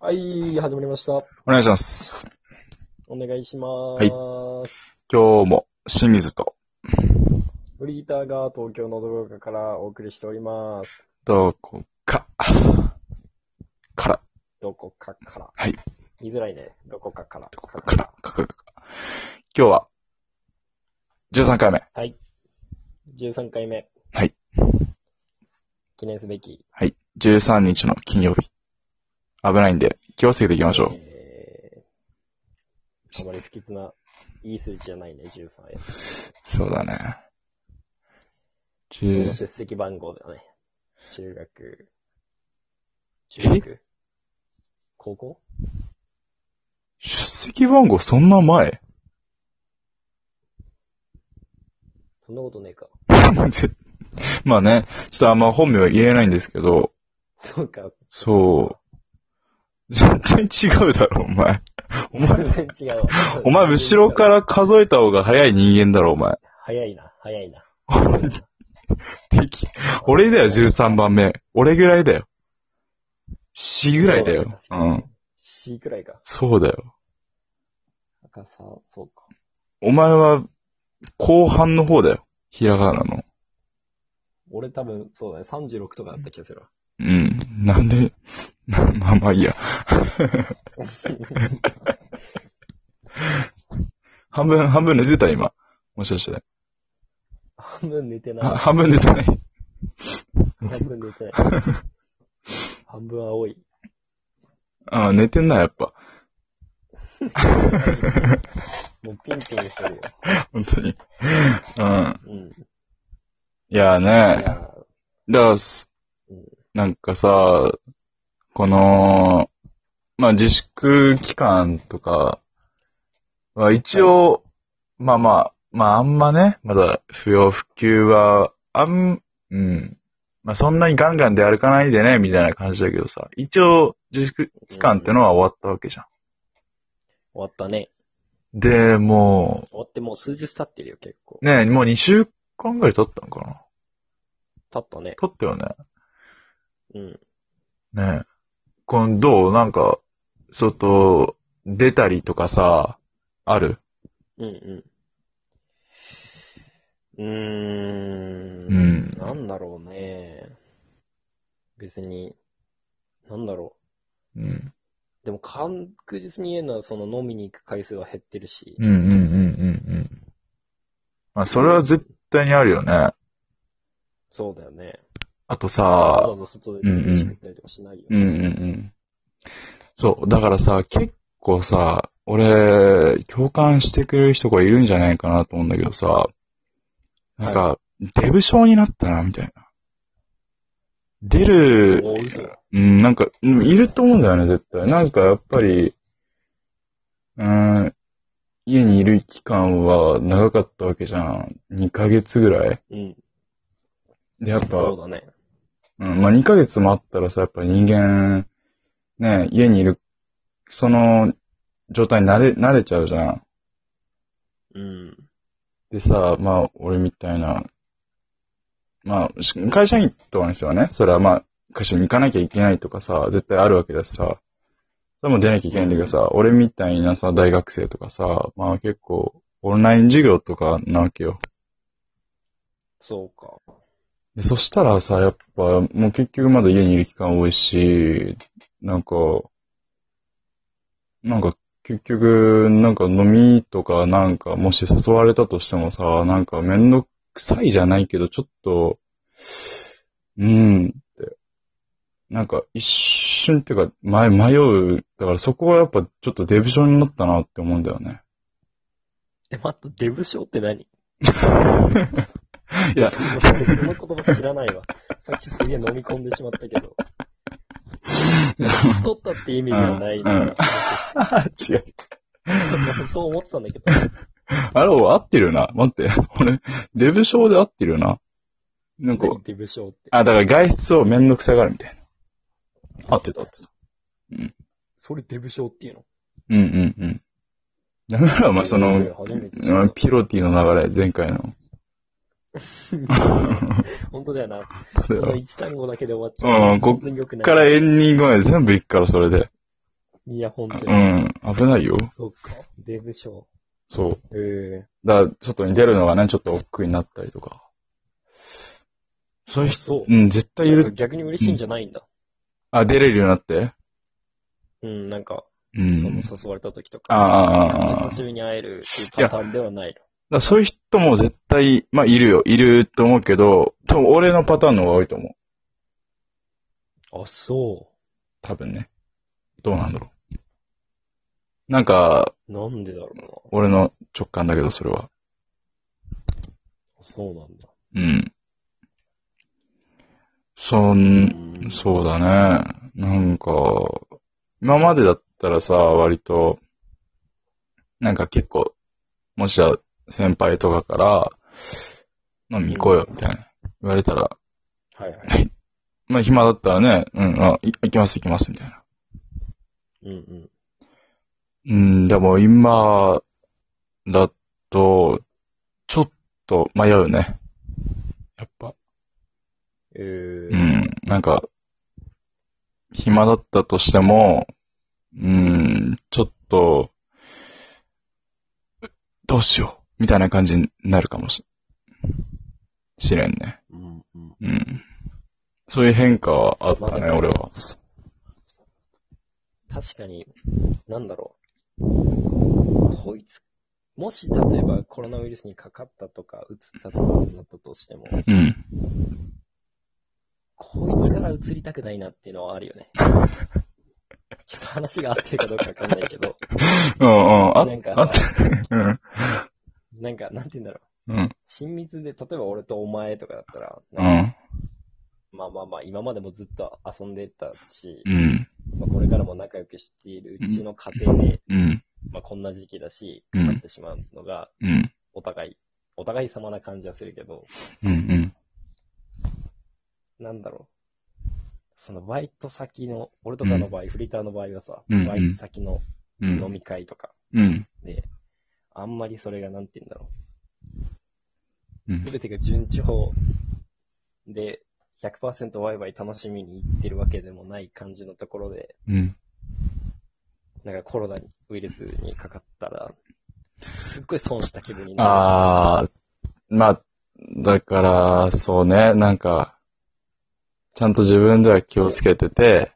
はい、始まりました。お願いします。お願いしまはーいす。今日も清水とフリーターが東京のどこかからお送りしております。どこかから、どこかから。はい。言いづらいね。どこかから。どこかから、かかかか。今日は13回目。 13回目。はい。記念すべき。はい。13日の金曜日。危ないんで気をつけていきましょう。えー、あまり不吉な、いい数字じゃないね、13や。そうだね。この10出席番号だね。中学、中学、高校出席番号そんな前そんなことねえか。ぜまあね、ちょっとあんま本名は言えないんですけど、そうか。そう。絶対違うだろ、お前。お前、全然違うわ。 お前、後ろから数えた方が早い人間だろ、お前。早いな、早いな。敵。俺だよ、13番目。俺ぐらいだよ。4ぐらいだよ。そううだねん。 C くらいか。そうだよ。赤さ、そうか。お前は、後半の方だよ。ひらがなの。俺多分、そうだね、36とかだった気がす るわ。うん。なんで、 まあまあいいや。半分、半分寝てた、今。もしかして。半分寝てあない。半分寝てない。半分寝 てない。半分青い。あ寝てんな、やっぱ。もうピンピンしてるよ。本当に。うん。うん。いいやーね。やだからすうん、なんかさ、この、まあ、自粛期間とかは一応、まあまあ、まああんまね、まだ不要不急は、あん、うん。まあそんなにガンガンで歩かないでね、みたいな感じだけどさ、一応自粛期間ってのは終わったわけじゃ終わったね。ん。で、も終わってもう数日経ってるよ、結構う、。ね、もう2週間ぐらい経ったのかな経ったね。経ったよね。うん。ねえ。この、どうなんか、外、出たりとかさ、あるうんうん。うーん。うんなんだろうね。別に、なんだろうん。う。でも確実に言えるのは、その飲みに行く回数は減ってるし。うんうんうんうんうん。まあ、それは絶対にあるよね。そうだよね。あとわざさわ、ざ外でうんうん飯食ったりとかしないよ。うんうんうん。そう、だからさ、結構さ、俺、共感してくれる人がいるんじゃないかなと思うんだけどさ、なんか、デブ症になったな、みたいな。出る、お嘘うん、なんか、うんいると思うんだよね、絶対。なんか、やっぱり、うーん、家にいる期間は長かったわけじゃん。2ヶ月ぐらい。うん。で、やっぱ、そううだね。ん、まあ2ヶ月もあったらさ、やっぱ人間、ね、家にいる、その、状態に慣れ、慣れちゃうじゃん。うん。でさ、まあ、俺みたいな、まあ、し会社員とかの人はね、それはまあ、会社に行かなきゃいけないとかさ、絶対あるわけだしさ、それも出なきゃいけないんだけどさ、俺みたいなさ、大学生とかさ、まあ結構、オンライン授業とかなわけよ。そうか。で、そしたらさ、やっぱ、もう結局まだ家にいる期間多いし、なんか、なんか結局、なんか飲みとかなんか、もし誘われたとしてもさ、なんかめんどくさいじゃないけど、ちょっと、うんって。なんか一瞬っていうか、前迷う。だからそこはやっぱちょっとデブ症になったなって思うんだ よね。で、また、デブ症って何 いやそ、の言葉知らないわ。さっきすげえ飲み込んでしまったけど。太ったって意味ではないな。うん うん違う。 そう思ってたんだけど。あれ、合ってるよな。待って。俺、デブ症で合ってるよな。なんか、デブ症って。あ、だから外出をめんどくさがるみたいな。合ってた、合ってた。それデブ症っていうのうんうんうん。だから、お前その、初めて知ったうんピロティの流れ、前回 の。 本当だよな。そそれのは一単語だけで終わっちゃう。うんこっ全然良くない。からエンディングまで全部行くから、それで。イヤホンって。うん、危ないよ。そっか。デブ賞。そう。えだから、外に出るのがね、ちょっと億劫になったりとか。そうえいう人、そうう。ん、絶対いなんかる。逆に嬉しいんじゃないんだ。あ、出れるようになって。うん、なんか、うそのん。誘われた時とか。ああ久。しぶりに会えるっていうパターンではないの。だからそういう人も絶対、まあ、いるよ。いると思うけど、多分俺のパターンの方が多いと思う。あ、そ多分ね。どうなんだろう。なんか、う。なんでだろうな。俺の直感だけど、それは。あそうなんだ。うん。そん、そうだね。なんか、今までだったらさ、割と、なんか結構、もしや先輩とかから、飲み行こうよ、みたいな。言われたら、はいはい。まあ暇だったらね、うん、あ、い行きます行きます、みたいな。うんうん。うん、でも今、だと、ちょっと迷うね。やっぱ。えーうん、なんか、暇だったとしても、うん、ちょっと、どうしよう、みたいな感じになるかもししれんね。うんうん。うん。そういう変化はあったまね、あ俺は。確かに、なんだろう。こいつ、もし例えばコロナウイルスにかかったとか、うつったとかになったとしても、うん。こいつからうつりたくないなっていうのはある よね。ちょっと話が合ってるかどうかわかんないけど、うんうん、あなんかあって、うん。なんか、なんて言うんだろう。うん。親密で、例えば俺とお前とかだったら、うなんかん。まあまあまあ、今までもずっと遊んでたし、うん。まあ、これからも仲良くしているうちの過程で、うん。まあこんな時期だし、うんかかってしまうのが、うん。お互い、お互い様な感じはするけど、うん。なんだろう。そのバイト先の、俺とかの場合、フリーターの場合はさ、うんバイト先のう飲ん。み会とかうん。で、あんまりそれがなんて言うんだろうう。んす。べてが順調で、100%ワイワイ楽しみに行ってるわけでもない感じのところで、うん。なんかコロナウイルスにかかったら、すっごい損した気分になああ、まあ、だから、そうね、なんか、ちゃんと自分では気をつけてて、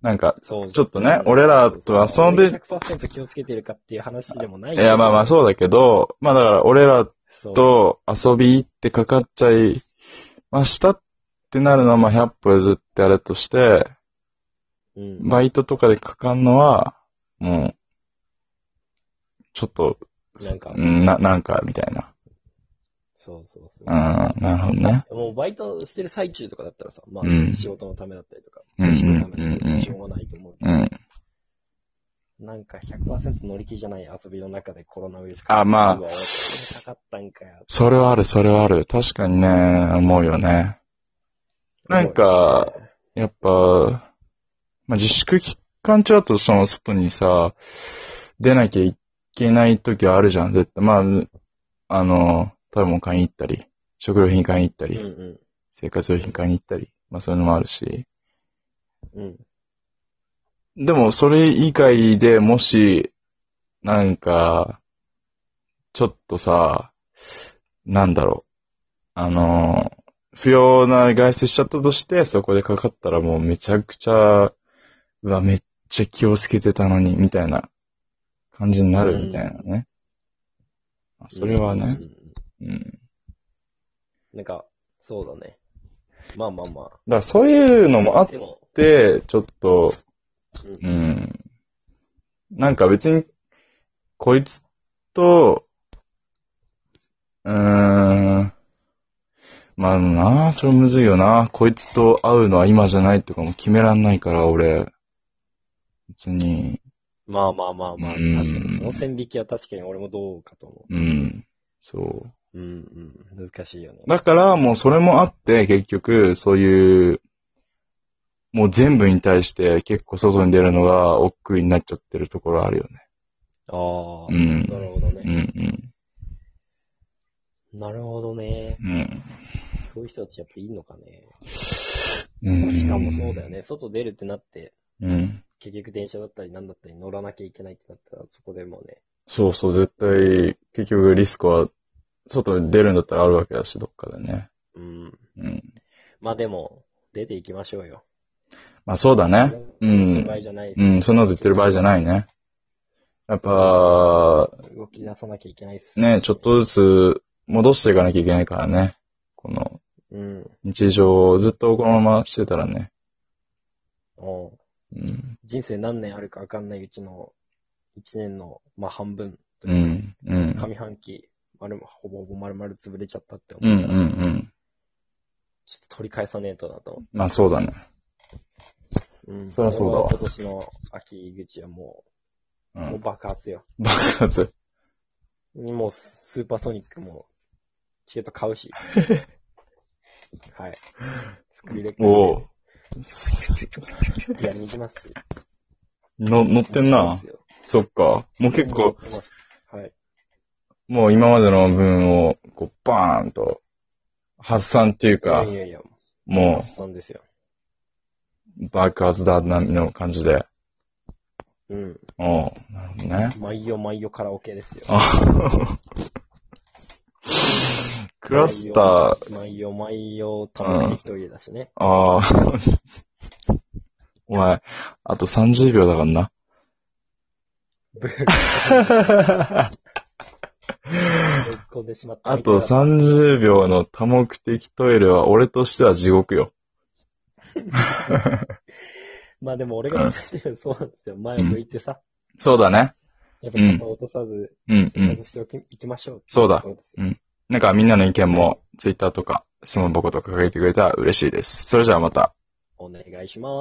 なんか、る。そうちょっとね俺らと遊んで100%気をつけてるかっていう話でもないいけど。や、まあまあそうだけど、まあだから、俺らそう。と遊び行ってかかっちゃいましたってなるのは、まあ100歩譲ってあれとして、うん。バイトとかでかかんのは、もう、ちょっと、なんかうんな、なんか、みたいな。そうそうそう。うん、なるほどね。もうバイトしてる最中とかだったらさ、まうんあ、仕事のためだったりとか、うんうん飯のためだったうんりうんしょうがないと思うけど、うん。なんか100%乗り気じゃない遊びの中でコロナウイルスあまあうわ俺かかったんかよ。それはある、それはある。確かにね、思うよね。なんか、やっぱ、まあ、自粛期間中だと、その外にさ、出なきゃいけない時はあるじゃん、絶対。まあ、あの、食べ物買いに行ったり、食料品買いに行ったうんり、う生活用品買いに行ったり、まあそういうのもあるし。ん。うん。でも、それ以外でもし、なんか、ちょっとさ、なんだろう。あの、不要な外出しちゃったとして、そこでかかったらもうめちゃくちゃ、うわ、めっちゃ気をつけてたのに、みたいな感じになるみたいなね。あそれはうんうねん、うんうん。なんか、そうだね。まあまあまあ。だからそういうのもあっでも、て、ちょっと、うんうん。なんか別に、こいつと、うーん。まあなあ、それむずいよな。こいつと会うのは今じゃないとかも決めらんないから、俺。別に、まあまあまあまあ、うん確かに、その線引きは確かに俺もどうかと思うん。そう。う。うんうん。難しいよね。だからもうそれもあって、結局、そういう、もう全部に対して結構外に出るのが億劫になっちゃってるところあるよね。ああ、うんなるほどうね。んなるほどね。うん。うん。そういう人たちやっぱいいのかね。うんしかもそうだよね。外出るってなって、うん。結局電車だったり何だったり乗らなきゃいけないってなったら、そこでもうね、そうそう、絶対、結局リスクは、外に出るんだったらあるわけだし、どっかでね。うん。うん。まあでも、出ていきましょうよ。まあそうだね。言っうてるん場。合じゃないですう。ん、そんなこと言ってる場合じゃないね。やっぱ、動き出さなきゃいけないっす。ね、ちょっ。とずつ戻していかなきゃいけないからね。このうん。日常をずっとこのまましてたらね。おううん。人生何年あるか分かんないうちの1年の、まあ、半分とういうか、ん。うん。上半期、まるほぼほぼ丸々潰れちゃったってうん。う思ん。ったら、ちょっうん。と取り返さねえとなと。まあそうだね。うんそりゃそうだわ俺は今年の秋口はもう。う、もうん 爆発よ。爆発。もうススーパーソニックもチケット買う し。はい。作りレックおスお。すでやりに行きますし。の、乗ってん行なきます。よそっか。もう結構、。行きますはい。もう今までの分を、こう、バーンと、発散っていうかい、やいやいや、おもっさんですよ。う、爆発だ、な、の感じで。うん。おうなるほどね。毎夜毎夜カラオケですよ。あ クラスター、毎夜毎夜たまに一人だしね。ああ、お前、あと30秒だからな。ぶっこんでしまった。あと30秒の多目的トイレは俺としては地獄よ。まあでも俺が言ってるそうなんですよ。前を向いてさ。そうだね。やっぱ肩を落とさず、うんうん。外しておき、いきましょう。そうだ。そうですよなんかみんなの意見も、ツイッターとか、質問箱とか書いてくれたら嬉しいです。それじゃあまた。お願いします。